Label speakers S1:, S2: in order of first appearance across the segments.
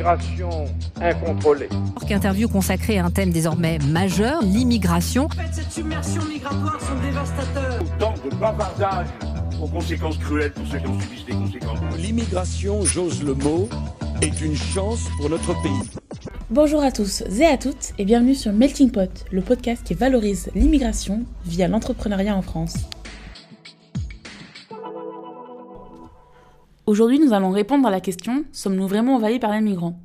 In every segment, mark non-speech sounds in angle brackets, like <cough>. S1: l'immigration incontrôlée.
S2: Interview consacrée à un thème désormais majeur, l'immigration.
S3: En fait, cette submersion migratoire sont dévastateurs.
S4: Tant de bavardage aux conséquences cruelles pour ceux qui en subissent les conséquences.
S5: L'immigration, j'ose le mot, est une chance pour notre pays.
S6: Bonjour à tous et à toutes et bienvenue sur Melting Pot, le podcast qui valorise l'immigration via l'entrepreneuriat en France. Aujourd'hui, nous allons répondre à la question Sommes-nous vraiment envahis par les migrants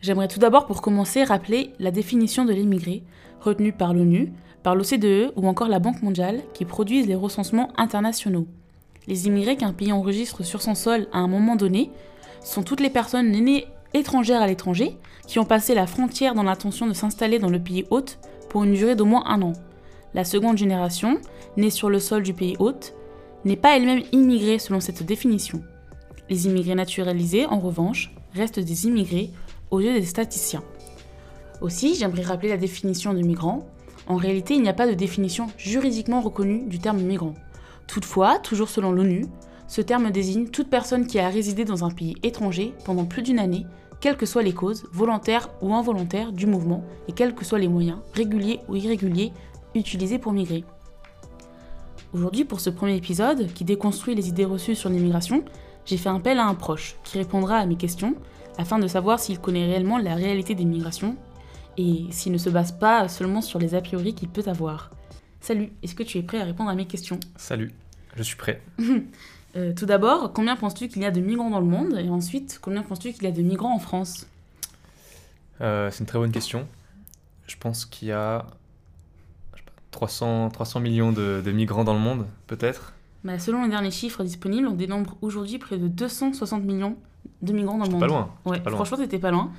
S6: J'aimerais tout d'abord pour commencer rappeler la définition de l'immigré, retenue par l'ONU, par l'OCDE E ou encore la Banque mondiale, qui produisent les recensements internationaux. Les immigrés qu'un pays enregistre sur son sol à un moment donné sont toutes les personnes nées étrangères à l'étranger qui ont passé la frontière dans l'intention de s'installer dans le pays hôte pour une durée d'au moins un an. La seconde génération, née sur le sol du pays hôte, n'est pas elle-même immigrée selon cette définition. Les immigrés naturalisés, en revanche, restent des immigrés aux yeux des statisticiens. Aussi, j'aimerais rappeler la définition de migrant. En réalité, il n'y a pas de définition juridiquement reconnue du terme migrant. Toutefois, toujours selon l'ONU, ce terme désigne toute personne qui a résidé dans un pays étranger pendant plus d'une année, quelles que soient les causes, volontaires ou involontaires, du mouvement, et quels que soient les moyens, réguliers ou irréguliers, utilisés pour migrer. Aujourd'hui, pour ce premier épisode, qui déconstruit les idées reçues sur l'immigration, j'ai fait appel à un proche qui répondra à mes questions afin de savoir s'il connaît réellement la réalité des migrations et s'il ne se base pas seulement sur les a priori qu'il peut avoir. Salut, est-ce que tu es prêt à répondre à mes questions
S7: Salut, je suis prêt.
S6: Euh, Tout d'abord, combien penses-tu qu'il y a de migrants dans le monde Et ensuite, combien penses-tu qu'il y a de migrants en France
S7: Euh, c'est une très bonne question. Je pense qu'il y a je sais pas, 300, 300 millions de, de migrants dans le monde, peut-être.
S6: Bah, Selon les derniers chiffres disponibles, on dénombre aujourd'hui près de 260 millions de migrants dans le monde.
S7: Pas loin.
S6: Ouais,
S7: pas loin.
S6: franchement, t'étais pas loin.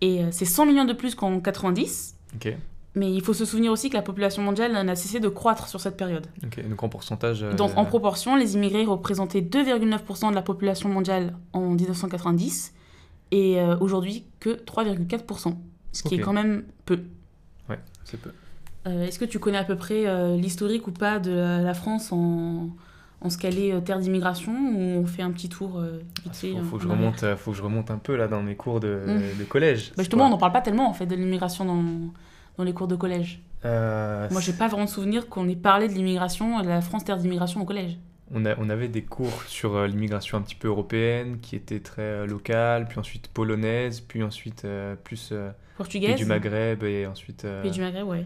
S6: Et euh, c'est 100 millions de plus qu'en 90.
S7: Ok.
S6: Mais il faut se souvenir aussi que la population mondiale n'a cessé de croître sur cette période.
S7: ok. Donc en pourcentage. euh,
S6: Donc en proportion, les immigrés représentaient 2,9% de la population mondiale en 1990 et euh, aujourd'hui que 3,4%, ce qui est
S7: Ok.
S6: quand même peu.
S7: Ouais, c'est peu. Ah,
S6: Euh, Est-ce que tu connais à peu près euh, l'historique ou pas de la, la France en, en ce qu'elle est euh, terre d'immigration ou on fait un petit tour euh, vite fait,
S7: Ah, faut,
S6: euh,
S7: faut que
S6: en
S7: je
S6: arrière
S7: remonte, euh, faut que je remonte un peu là dans mes cours de,
S6: Mm.
S7: de collège.
S6: Bah, Justement, on n'en parle pas tellement en fait de l'immigration dans, dans les cours de collège.
S7: Euh,
S6: Moi, j'ai pas vraiment de souvenir qu'on ait parlé de l'immigration, de la France terre d'immigration au collège.
S7: on, a- on avait des cours sur euh, l'immigration un petit peu européenne, qui était très euh, locale, puis ensuite polonaise, puis ensuite euh, plus euh,
S6: Portugaise
S7: pays du Maghreb et ensuite euh,
S6: Pays du Maghreb, ouais.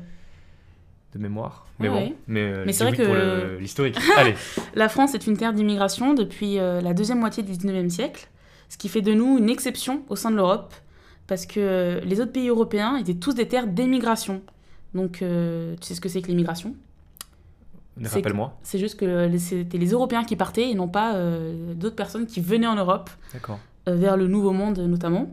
S7: de mémoire.
S6: Ouais,
S7: Mais bon.
S6: ouais.
S7: Mais, euh,
S6: Mais c'est vrai
S7: l'historique pour
S6: que-
S7: le- l'historique. <laughs> Allez.
S6: La France est une terre d'immigration depuis euh, la deuxième moitié du 19e siècle, ce qui fait de nous une exception au sein de l'Europe, parce que euh, les autres pays européens étaient tous des terres d'émigration. Donc, euh, tu sais ce que c'est que l'immigration C'est que-
S7: Rappelle-moi.
S6: C'est juste que euh, les- c'était les Européens qui partaient et non pas euh, d'autres personnes qui venaient en Europe,
S7: D'accord.
S6: euh, vers le Nouveau Monde notamment.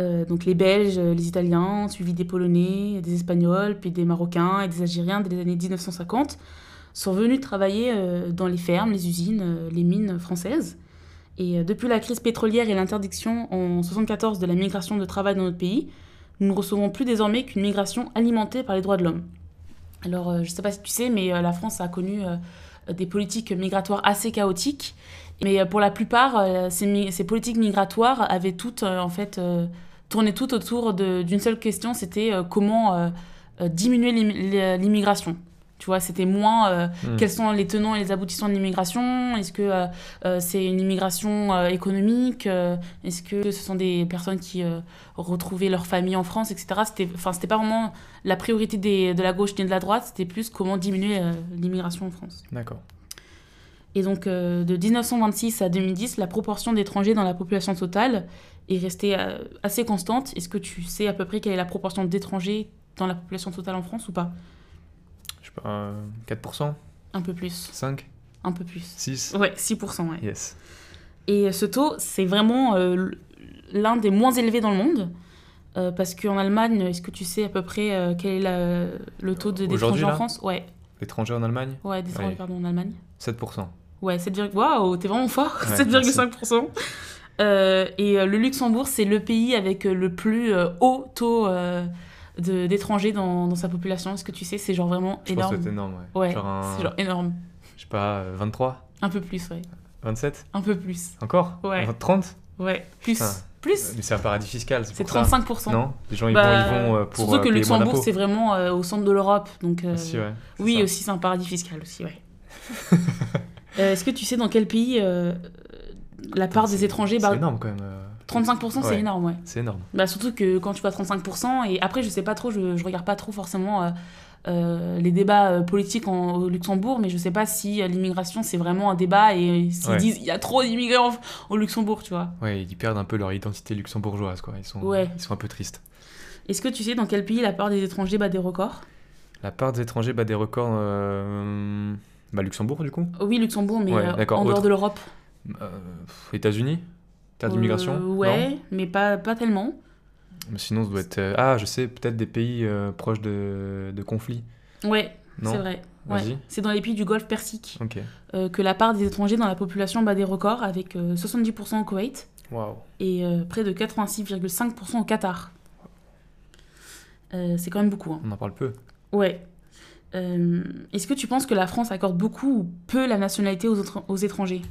S6: Euh, donc les Belges, euh, les Italiens, suivis des Polonais, des Espagnols, puis des Marocains et des Algériens dès les années 1950, sont venus travailler euh, dans les fermes, les usines, euh, les mines françaises. Et euh, depuis la crise pétrolière et l'interdiction en 1974 de la migration de travail dans notre pays, nous ne recevons plus désormais qu'une migration alimentée par les droits de l'homme. Alors, euh, je ne sais pas si tu sais, mais euh, la France a connu euh, des politiques migratoires assez chaotiques. Mais euh, pour la plupart, euh, ces, mi- ces politiques migratoires avaient toutes, euh, en fait, euh, tourné toutes autour de- d'une seule question, c'était euh, comment euh, euh, diminuer l'im- l'immigration. Tu vois, c'était moins euh,
S7: Hmm.
S6: quels sont les tenants et les aboutissants de l'immigration Est-ce que euh, euh, c'est une immigration euh, économique Euh, Est-ce que ce sont des personnes qui euh, retrouvaient leur famille en France, etc. C'était, enfin, c'était pas vraiment la priorité des- de la gauche ni de la droite. C'était plus comment diminuer euh, l'immigration en France.
S7: D'accord.
S6: Et donc, euh, de 1926 à 2010, la proportion d'étrangers dans la population totale est restée euh, assez constante. Est-ce que tu sais à peu près quelle est la proportion d'étrangers dans la population totale en France ou pas
S7: Je sais pas, euh, 4%,
S6: Un peu plus.
S7: 5,
S6: Un peu plus.
S7: 6
S6: Ouais, 6%, ouais.
S7: Yes.
S6: Et euh, ce taux, c'est vraiment euh, l'un des moins élevés dans le monde. Euh, parce qu'en Allemagne, est-ce que tu sais à peu près euh, quel est la- le taux de-
S7: Aujourd'hui,
S6: d'étrangers en
S7: là
S6: France Ouais,
S7: Étrangers en Allemagne,
S6: ouais d'étrangers,
S7: Ouais.
S6: pardon, en Allemagne.
S7: 7%.
S6: Ouais, 7, waouh, t'es vraiment fort, <laughs>
S7: Ouais,
S6: 7,5%. Euh, et euh, le Luxembourg, c'est le pays avec euh, le plus euh, haut taux euh, de- d'étrangers dans, dans sa population. Est-ce que tu sais, c'est genre vraiment
S7: Je pense
S6: énorme
S7: que c'est énorme, ouais.
S6: Ouais,
S7: Genre un,
S6: c'est genre énorme.
S7: je sais pas, euh, 23,
S6: Un peu plus, ouais.
S7: 27,
S6: Un peu plus.
S7: encore
S6: Ouais.
S7: 30
S6: Ouais, plus.
S7: Putain.
S6: Plus
S7: Mais c'est un paradis fiscal, c'est
S6: C'est
S7: pour ça.
S6: 35%.
S7: Non, les gens ils
S6: Bah,
S7: vont, ils vont euh, pour
S6: Surtout
S7: euh,
S6: que
S7: payer moins
S6: Luxembourg,
S7: d'impôts.
S6: c'est vraiment euh, au centre de l'Europe. Donc, euh,
S7: Ah, si, ouais, c'est
S6: oui,
S7: ça.
S6: aussi, c'est un paradis fiscal aussi,
S7: <laughs>
S6: ouais. Euh, Est-ce que tu sais dans quel pays euh, la part des étrangers...
S7: C'est
S6: bah,
S7: énorme quand même. euh,
S6: 35%, c'est
S7: Ouais.
S6: énorme, ouais.
S7: C'est énorme.
S6: Bah, surtout que quand tu vas à 35%, et après, je sais pas trop, je, je regarde pas trop forcément euh, euh, les débats euh, politiques en, au Luxembourg, mais je sais pas si euh, l'immigration, c'est vraiment un débat et euh, s'ils
S7: Ouais.
S6: disent il y a trop d'immigrés en- au Luxembourg, tu vois.
S7: Ouais, ils perdent un peu leur identité luxembourgeoise, quoi. Ils sont,
S6: Ouais.
S7: ils sont un peu tristes.
S6: Est-ce que tu sais dans quel pays la part des étrangers bat des records
S7: La part des étrangers bat des records. euh, Bah, Luxembourg, du coup
S6: Oui, Luxembourg, mais
S7: Ouais,
S6: euh,
S7: d'accord,
S6: en
S7: autre.
S6: dehors de l'europe.
S7: Euh, pff, États-Unis Terre d'immigration
S6: Euh,
S7: Non
S6: Ouais, mais pas, pas tellement.
S7: Mais Sinon, ça doit être. euh, Ah, je sais, peut-être des pays euh, proches de, de conflits.
S6: Ouais,
S7: Non
S6: c'est vrai. Ouais.
S7: Vas-y.
S6: C'est dans les pays du Golfe Persique
S7: Ok.
S6: euh, que la part des étrangers dans la population bat des records, avec euh, 70% au Koweït
S7: Waouh.
S6: et euh, près de 86,5% au Qatar. Euh, c'est quand même beaucoup. hein.
S7: On en parle peu.
S6: Ouais. Euh, Est-ce que tu penses que la France accorde beaucoup ou peu la nationalité aux, autres- aux étrangers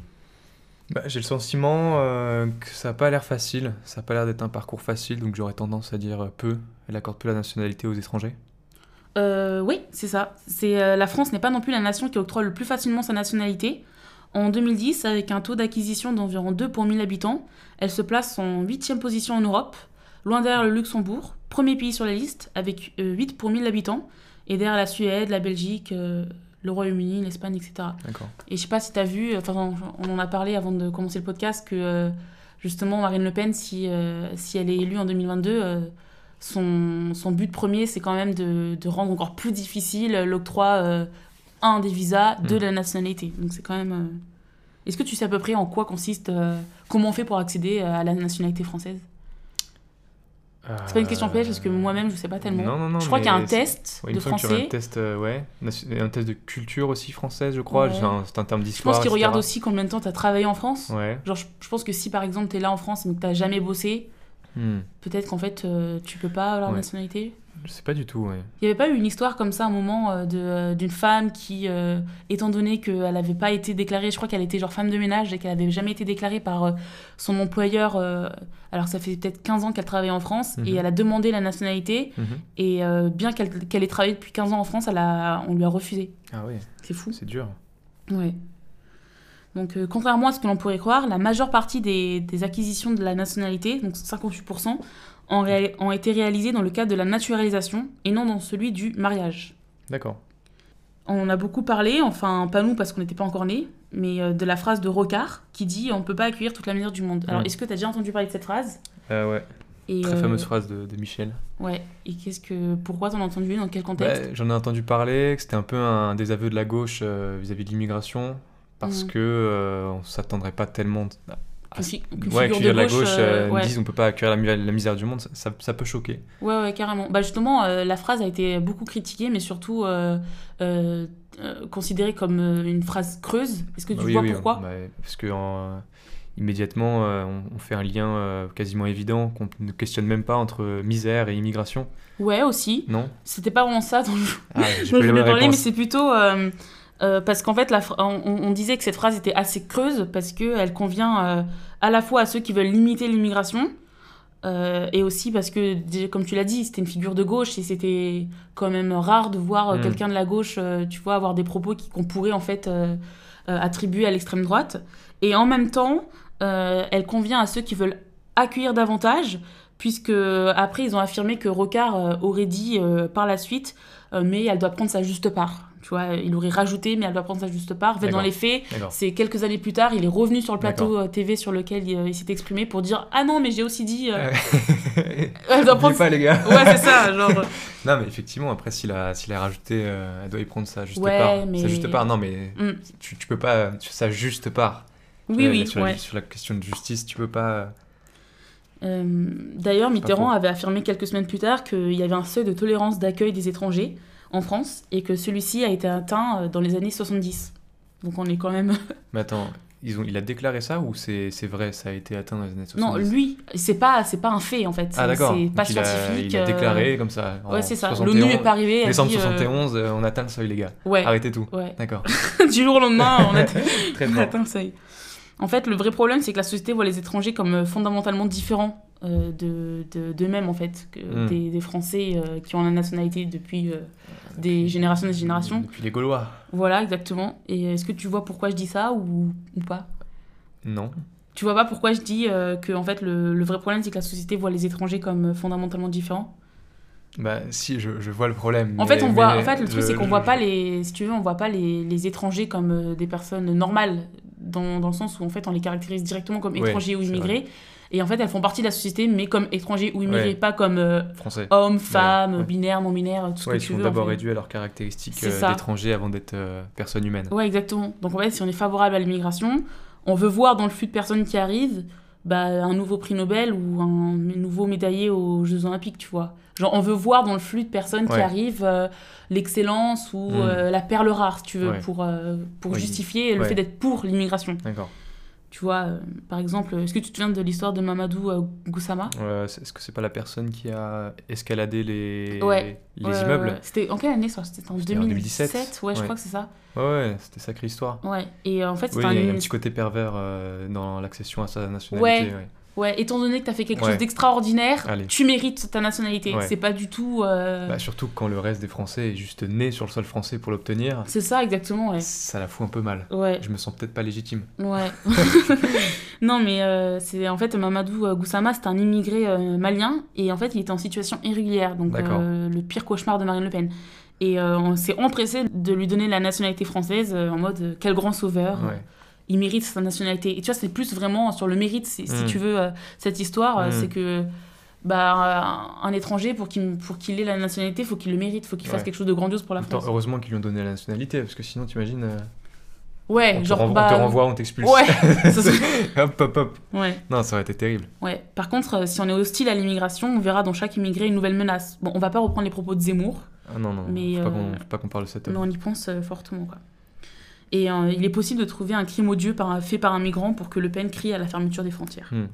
S7: Bah, j'ai le sentiment euh, que ça n'a pas l'air facile, ça n'a pas l'air d'être un parcours facile, donc j'aurais tendance à dire euh, peu. Elle accorde peu la nationalité aux étrangers.
S6: Euh, oui, c'est ça. C'est euh, la France n'est pas non plus la nation qui octroie le plus facilement sa nationalité. En 2010, avec un taux d'acquisition d'environ 2 pour 1000 habitants, elle se place en 8e position en Europe, loin derrière le Luxembourg, premier pays sur la liste, avec euh, 8 pour 1000 habitants, et derrière la Suède, la Belgique, euh, le Royaume-Uni, l'Espagne, etc.
S7: D'accord.
S6: Et je sais pas si tu as vu, euh, enfin on on en a parlé avant de commencer le podcast, que euh, justement Marine Le Pen, si, euh, si elle est élue en 2022, euh, son, son but premier, c'est quand même de, de rendre encore plus difficile l'octroi, euh, un, des visas, deux,
S7: Mm.
S6: de la nationalité. Donc c'est quand même... euh, Est-ce que tu sais à peu près en quoi consiste, euh, comment on fait pour accéder euh, à la nationalité française C'est pas une question piège parce que moi-même, je sais pas tellement.
S7: Euh, Non, non, non.
S6: je crois qu'il y a un
S7: mais c'est-
S6: test
S7: Ouais, il
S6: de
S7: me semble qu'il y aurait
S6: français.
S7: un test, euh, ouais, nation- un test de culture aussi française, je crois.
S6: Ouais.
S7: C'est un, c'est un terme
S6: Je
S7: d'histoire.
S6: pense qu'ils
S7: etc.
S6: regardent aussi combien de temps tu as travaillé en France.
S7: Ouais.
S6: Genre, je, je pense que si par exemple tu es là en France mais que tu jamais bossé,
S7: Hmm.
S6: peut-être qu'en fait euh, tu peux pas avoir la
S7: Ouais.
S6: nationalité.
S7: Je sais pas du tout. Ouais.
S6: Il n'y avait pas eu une histoire comme ça à un moment euh, de, euh, d'une femme qui, euh, étant donné qu'elle n'avait pas été déclarée, je crois qu'elle était genre femme de ménage et qu'elle n'avait jamais été déclarée par euh, son employeur, euh, alors ça fait peut-être 15 ans qu'elle travaillait en France, et
S7: Mhm.
S6: elle a demandé la nationalité,
S7: Mhm.
S6: et euh, bien qu'elle, qu'elle ait travaillé depuis 15 ans en France, elle a, on lui a refusé.
S7: Ah ouais,
S6: C'est fou.
S7: c'est dur.
S6: Ouais. Donc, euh, contrairement à ce que l'on pourrait croire, la majeure partie des, des acquisitions de la nationalité, donc 58%, ont, réa- ont été réalisées dans le cadre de la naturalisation et non dans celui du mariage.
S7: D'accord.
S6: On en a beaucoup parlé, enfin pas nous parce qu'on n'était pas encore nés, mais euh, de la phrase de Rocard qui dit on ne peut pas accueillir toute la misère du monde. Alors
S7: Mm.
S6: est-ce que tu as déjà entendu parler de cette phrase
S7: Euh, ouais.
S6: et,
S7: Très
S6: euh,
S7: fameuse phrase de, de Michel.
S6: Ouais. Et qu'est-ce que pourquoi t'en as entendu dans quel contexte
S7: Bah, J'en ai entendu parler, que c'était un peu un désaveu de la gauche euh, vis-à-vis de l'immigration, parce
S6: Mhm.
S7: que euh, on s'attendrait pas tellement à- à
S6: Qu'une fi- qu'une
S7: Ah, Ouais, que
S6: figure
S7: les
S6: de
S7: de la
S6: gauche,
S7: gauche
S6: euh,
S7: euh,
S6: ouais.
S7: disent on peut pas accueillir la, mi- la misère du monde, ça, ça- ça peut choquer.
S6: Ouais, ouais, carrément. Bah justement, euh, la phrase a été beaucoup critiquée, mais surtout euh, euh, euh, considérée comme euh, une phrase creuse. Est-ce que tu
S7: Bah oui,
S6: vois
S7: oui,
S6: pourquoi
S7: on- bah, Parce que euh, immédiatement, euh, on, on fait un lien euh, quasiment évident qu'on ne questionne même pas entre misère et immigration,
S6: Ouais, aussi.
S7: non
S6: C'était pas vraiment ça dont je,
S7: Ah,
S6: dont je
S7: pas
S6: voulais
S7: les bonnes
S6: parler, mais
S7: réponses.
S6: c'est plutôt euh, euh, parce qu'en fait, la phra- on, on- on disait que cette phrase était assez creuse parce que elle convient euh, à la fois à ceux qui veulent limiter l'immigration. euh, et aussi parce que, dé- comme tu l'as dit, c'était une figure de gauche et c'était quand même rare de voir euh,
S7: Mm.
S6: quelqu'un de la gauche, euh, tu vois, avoir des propos qui- qu'on pourrait en fait euh, euh, attribuer à l'extrême droite. Et en même temps, euh, elle convient à ceux qui veulent accueillir davantage, puisque après ils ont affirmé que Rocard euh, aurait dit euh, par la suite, euh, mais elle doit prendre sa juste part. Tu vois, il aurait rajouté, mais elle doit prendre sa juste part. En fait, dans
S7: D'accord.
S6: les faits, <laughs>
S7: D'accord.
S6: c'est quelques années plus tard, il est revenu sur le plateau euh, TV sur lequel il, euh, il s'est exprimé pour dire Ah non, mais j'ai aussi dit. euh, elle doit prendre.
S7: N'oubliez pas, les gars.
S6: <laughs> Ouais, c'est ça, genre. euh,
S7: Non, mais effectivement, après, s'il a, s'il a rajouté, euh, elle doit y prendre sa juste
S6: Ouais,
S7: part.
S6: mais-
S7: Sa juste part, non, mais
S6: Mm.
S7: tu, tu peux pas. tu- Sa juste part.
S6: Oui,
S7: Euh,
S6: oui,
S7: sur, la-
S6: ouais.
S7: sur la question de justice, tu peux pas.
S6: Euh, D'ailleurs, Mitterrand
S7: faux.
S6: avait affirmé quelques semaines plus tard qu'il y avait un seuil de tolérance d'accueil des étrangers en France et que celui-ci a été atteint euh, dans les années 70. Donc on est quand même... <laughs>
S7: Mais attends, ils ont, il a déclaré ça ou c'est, c'est vrai, ça a été atteint dans les années 70
S6: Non, lui, c'est pas, c'est pas un fait en fait.
S7: Ah, d'accord.
S6: C'est pas
S7: Donc, il a-
S6: scientifique.
S7: Il a,
S6: euh,
S7: déclaré comme ça. en
S6: Ouais, c'est ça.
S7: 71,
S6: L'ONU est pas arrivée. elle
S7: Décembre
S6: dit, euh,
S7: 71, euh, on atteint le seuil, les gars.
S6: Ouais. <laughs>
S7: Arrêtez tout.
S6: ouais.
S7: D'accord. <laughs>
S6: du jour au lendemain, on a,
S7: Très
S6: on
S7: bien.
S6: atteint le seuil. En fait, le vrai problème, c'est que la société voit les étrangers comme euh, fondamentalement différents euh, de- de- d'eux-mêmes, en fait, que
S7: Mm.
S6: des, des Français euh, qui ont la nationalité depuis euh, des générations et des générations.
S7: Depuis les Gaulois.
S6: Voilà, exactement. Et est-ce que tu vois pourquoi je dis ça ou, ou pas
S7: Non.
S6: Tu vois pas pourquoi je dis euh, que, en fait, le, le vrai problème, c'est que la société voit les étrangers comme euh, fondamentalement différents
S7: Bah si, je, je vois le problème.
S6: En fait,
S7: mais-
S6: on voit.
S7: mais euh,
S6: En fait, le truc
S7: je-
S6: c'est qu'on
S7: je-
S6: voit pas les. Si tu veux, on voit pas les, les étrangers comme euh, des personnes normales, dans, dans le sens où en fait on les caractérise directement comme
S7: Ouais,
S6: étrangers ou
S7: c'est
S6: immigrés. Et en fait, elles font partie de la société, mais comme étrangers ou immigrés,
S7: Ouais.
S6: pas comme euh,
S7: Français.
S6: hommes, femmes,
S7: ouais.
S6: binaires, non binaires, tout ce
S7: Ouais, ils
S6: que tu
S7: sont
S6: veux. en
S7: d'abord
S6: fait.
S7: réduits à leurs caractéristiques
S6: C'est
S7: euh,
S6: ça.
S7: d'étrangers avant d'être euh, personnes humaines.
S6: Ouais, exactement. Donc en fait, si on est favorable à l'immigration, on veut voir dans le flux de personnes qui arrivent bah, un nouveau prix Nobel ou un nouveau médaillé aux Jeux Olympiques, tu vois. Genre, on veut voir dans le flux de personnes qui
S7: Ouais.
S6: arrivent euh, l'excellence ou
S7: Mm.
S6: euh, la perle rare, si tu veux,
S7: Ouais.
S6: pour, euh, pour
S7: Oui.
S6: justifier le
S7: Ouais.
S6: fait d'être pour l'immigration.
S7: D'accord.
S6: Tu vois, euh, par exemple, est-ce que tu te souviens de l'histoire de Mamadou euh, Goussama
S7: Euh, c'est- Est-ce que c'est pas la personne qui a escaladé les,
S6: Ouais.
S7: les
S6: Ouais, ouais, ouais.
S7: immeubles
S6: Euh, C'était en quelle année ça C'était en
S7: C'était en
S6: 2017
S7: 2017.
S6: ouais, je
S7: Ouais.
S6: crois que c'est ça.
S7: Ouais, ouais, c'était sacrée histoire.
S6: Ouais. Et euh, en fait,
S7: Oui,
S6: c'était
S7: il y a il y a
S6: un-
S7: un petit côté pervers euh, dans l'accession à sa nationalité. ouais.
S6: Ouais, étant donné que t'as fait quelque
S7: Ouais.
S6: chose d'extraordinaire,
S7: Allez.
S6: tu mérites ta nationalité.
S7: Ouais.
S6: C'est pas du tout. euh,
S7: Bah, surtout quand le reste des Français est juste né sur le sol français pour l'obtenir,
S6: c'est ça, exactement, ouais.
S7: ça la fout un peu mal.
S6: Ouais,
S7: Je me sens peut-être pas légitime. <laughs>
S6: ouais. <laughs> non, mais euh, c'est en fait Mamadou euh, Goussama, c'est un immigré euh, malien et en fait il était en situation irrégulière, donc
S7: D'accord.
S6: euh, le pire cauchemar de Marine Le Pen. Et euh, on s'est empressé de lui donner la nationalité française euh, en mode euh, quel grand sauveur,
S7: Ouais.
S6: il mérite sa nationalité. Et tu vois, c'est plus vraiment sur le mérite, si, si
S7: Mm.
S6: tu veux, euh, cette histoire, euh,
S7: Mm.
S6: c'est que bah, un un étranger, pour qu'il pour qu'il ait la nationalité, faut qu'il le mérite, faut qu'il fasse
S7: Ouais.
S6: quelque chose de grandiose pour la
S7: En même temps,
S6: France.
S7: heureusement qu'ils lui ont donné la nationalité, parce que sinon, t'imagines, euh,
S6: Ouais,
S7: on, te
S6: genre,
S7: renvo- on
S6: bah,
S7: te renvoie, on t'expulse. <laughs>
S6: Ouais, ça serait-
S7: hop, hop, hop.
S6: <laughs> ouais,
S7: Non, ça aurait été terrible.
S6: ouais. Par contre, euh, si on est hostile à l'immigration, on verra dans chaque immigré une nouvelle menace. Bon, on va pas reprendre les propos de Zemmour,
S7: Ah non, non,
S6: Mais,
S7: faut,
S6: euh,
S7: pas qu'on, faut pas qu'on parle de cet
S6: mais
S7: homme.
S6: on y pense euh, fortement, quoi. Et euh, il est possible de trouver un crime odieux par un- fait par un migrant pour que Le Pen crie à la fermeture des frontières.
S7: Hmm.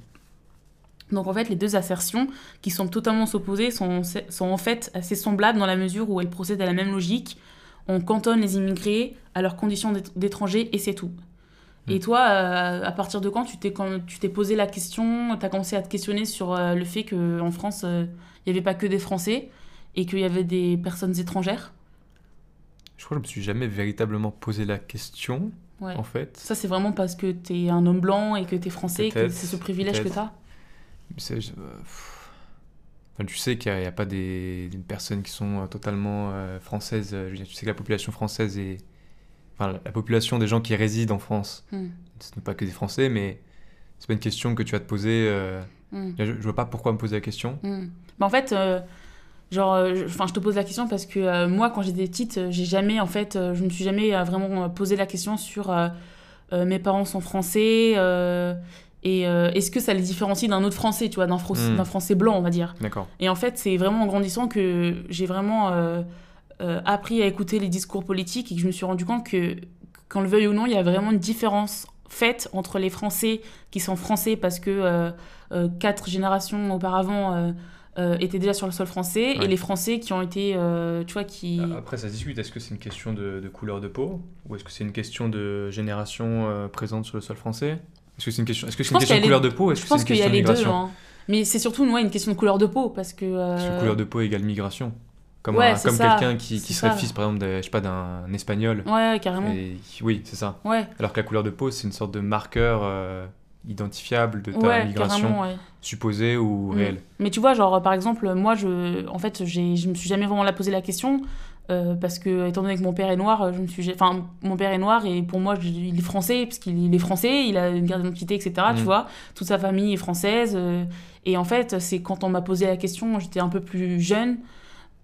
S6: Donc en fait, les deux assertions, qui sont totalement opposées, sont, sont en fait assez semblables dans la mesure où elles procèdent à la même logique. On cantonne les immigrés à leurs conditions d'ét- d'étrangers et c'est tout.
S7: Mm.
S6: Et toi, euh, à partir de quand tu t'es quand tu t'es posé la question, tu as commencé à te questionner sur euh, le fait qu'en France, euh, il n'y avait pas que des Français et qu'il y avait des personnes étrangères
S7: Je crois que je me suis jamais véritablement posé la question,
S6: Ouais.
S7: en fait.
S6: Ça, c'est vraiment parce que tu es un homme blanc et que tu es français et que
S7: Peut-être,
S6: c'est ce privilège que
S7: peut-être.
S6: tu as
S7: C'est- je- euh, pff. Enfin, tu sais qu'il n'y a, il y a pas des, des personnes qui sont euh, totalement euh, françaises. euh, je veux dire, tu sais que la population française est. Enfin, la- la population des gens qui résident en France,
S6: Hmm.
S7: ce n'est pas que des Français, mais c'est pas une question que tu vas te poser. euh, Je, je vois pas pourquoi me poser la question.
S6: Hmm. Bah, en fait, euh, genre, euh, je- enfin, je te pose la question parce que euh, moi, quand j'étais petite, euh, j'ai jamais, en fait, euh, je me suis jamais euh, vraiment euh, posé la question sur euh, euh, mes parents sont français euh, et euh, est-ce que ça les différencie d'un autre français, tu vois, d'un Fro-
S7: Hmm.
S6: d'un français blanc, on va dire.
S7: D'accord.
S6: Et en fait, c'est vraiment en grandissant que j'ai vraiment euh, euh, appris à écouter les discours politiques et que je me suis rendu compte que, qu'on le veuille ou non, il y a vraiment une différence faite entre les Français qui sont français parce que euh, euh, quatre générations auparavant euh, euh, étaient déjà sur le sol français et
S7: Ouais. Ah,
S6: les Français qui ont été, euh, tu vois, qui...
S7: Après, ça se discute. Est-ce que c'est une question de, de couleur de peau Ou est-ce que c'est une question de génération euh, présente sur le sol français Est-ce que c'est une question, est-ce que
S6: Je
S7: c'est une
S6: pense qu'il
S7: question
S6: y a
S7: de
S6: les-
S7: couleur de peau ou est-ce
S6: Je
S7: que c'est
S6: pense
S7: une
S6: qu'il y a
S7: question
S6: les deux.
S7: d'immigration
S6: hein. Mais c'est surtout ouais, une question de couleur de peau parce que...
S7: Parce que
S6: euh,
S7: couleur de peau égale migration. Comme,
S6: ouais,
S7: un-
S6: c'est
S7: comme
S6: ça,
S7: quelqu'un qui, qui
S6: c'est
S7: serait
S6: ça.
S7: fils, par exemple, de- je sais pas, d'un espagnol.
S6: Ouais, carrément.
S7: Et qui- oui, c'est ça.
S6: Ouais,
S7: Alors que la couleur de peau, c'est une sorte de marqueur euh, identifiable de ta
S6: ouais
S7: migration
S6: carrément, ouais.
S7: supposée ou
S6: Mm.
S7: réelle.
S6: Mais tu vois, genre, euh, par exemple, moi, je, en fait, j'ai, je me suis jamais vraiment la posé la question. euh, parce que, étant donné que mon père est noir, euh, je me suis. j'ai- Enfin, mon père est noir et pour moi, je- il est français, parce qu'il il est français, il a une carte d'identité, etc. Tu
S7: Mm.
S6: vois, toute sa famille est française. euh, et en fait, c'est quand on m'a posé la question, j'étais un peu plus jeune,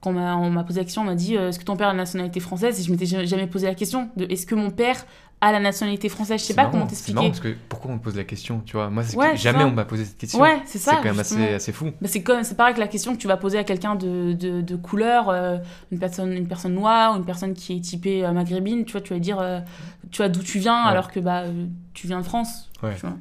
S6: quand on m'a- on m'a posé la question, on m'a dit euh, Est-ce que ton père a la nationalité française Et je m'étais ja- jamais posé la question de Est-ce que mon père a la nationalité française Je sais
S7: C'est
S6: pas
S7: marrant,
S6: comment
S7: C'est marrant
S6: t'expliquer.
S7: parce que pourquoi on me pose la question, tu vois Moi, c'est que
S6: Ouais, c'est
S7: jamais
S6: ça.
S7: on m'a posé cette question.
S6: Ouais, c'est ça.
S7: quand même assez,
S6: justement.
S7: assez fou.
S6: Bah, c'est comme c'est pareil que la question que tu vas poser à quelqu'un de, de, de couleur, euh, une personne une personne noire, une personne qui est typée euh, maghrébine, tu vois, tu vas dire, euh, tu vois d'où tu viens
S7: Ouais.
S6: alors que bah euh, tu viens de France.
S7: Ouais.
S6: tu vois.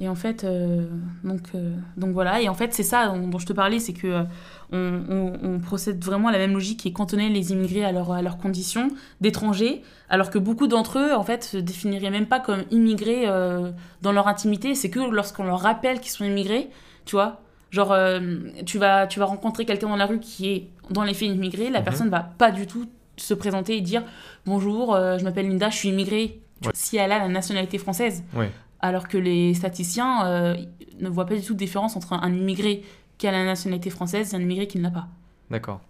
S6: Et en fait, euh, donc, euh, donc voilà. Et en fait, c'est ça dont, dont je te parlais, c'est que euh, on, on- on procède vraiment à la même logique qui est cantonner les immigrés à, leur, à leurs conditions d'étrangers, alors que beaucoup d'entre eux, en fait, se définiraient même pas comme immigrés euh, dans leur intimité. C'est que lorsqu'on leur rappelle qu'ils sont immigrés, tu vois. Genre, euh, tu, vas, tu vas rencontrer quelqu'un dans la rue qui est dans les faits immigré, la
S7: Mhm.
S6: personne va pas du tout se présenter et dire Bonjour, euh, je m'appelle Linda, je suis immigrée. Tu vois,
S7: Ouais.
S6: Si elle a la nationalité française
S7: Ouais.
S6: alors que les statisticiens euh, ne voient pas du tout de différence entre un, un immigré qui a la nationalité française et un immigré qui ne l'a pas.
S7: D'accord.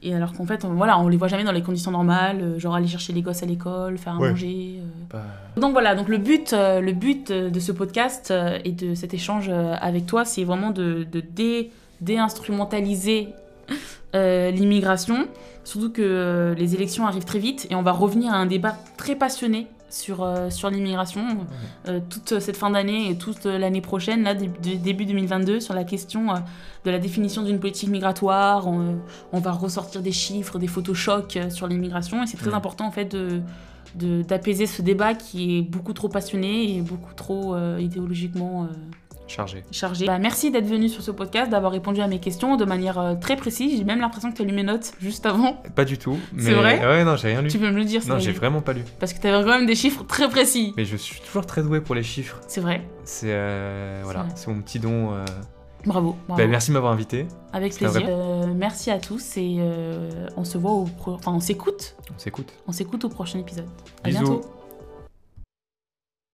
S6: Et alors qu'en fait, on, voilà, on les voit jamais dans les conditions normales, euh, genre aller chercher les gosses à l'école, faire à
S7: Ouais.
S6: manger. euh.
S7: Bah,
S6: Donc voilà, donc le but, euh, le but euh, de ce podcast euh, et de cet échange euh, avec toi, c'est vraiment de, de dé- déinstrumentaliser <laughs> euh, l'immigration, surtout que euh, les élections arrivent très vite et on va revenir à un débat très passionné sur, euh, sur l'immigration euh, toute cette fin d'année et toute euh, l'année prochaine, là, dé- dé- début 2022, sur la question euh, de la définition d'une politique migratoire. On, euh, on va ressortir des chiffres, des photos chocs euh, sur l'immigration et c'est très
S7: Ouais.
S6: important en fait de de- d'apaiser ce débat qui est beaucoup trop passionné et beaucoup trop euh, idéologiquement euh,
S7: chargé.
S6: chargé. Bah, merci d'être venu sur ce podcast, d'avoir répondu à mes questions de manière euh, très précise. J'ai même l'impression que tu as lu mes notes juste avant.
S7: Pas du tout. Mais...
S6: C'est vrai
S7: Ouais, non, j'ai rien lu.
S6: Tu peux me le dire, si
S7: Non,
S6: t'as
S7: j'ai
S6: lu.
S7: vraiment pas lu.
S6: Parce que tu avais quand même des chiffres très précis.
S7: Mais je suis toujours très doué pour les chiffres.
S6: C'est vrai.
S7: C'est euh, voilà,
S6: vrai.
S7: c'est mon petit don. euh.
S6: Bravo. bravo.
S7: Bah, merci de m'avoir invité.
S6: Avec
S7: C'était un
S6: plaisir. Euh, merci à tous et euh, on se voit au pro- enfin on s'écoute,
S7: On s'écoute.
S6: on s'écoute au prochain épisode. À
S7: Bisous.
S6: bientôt.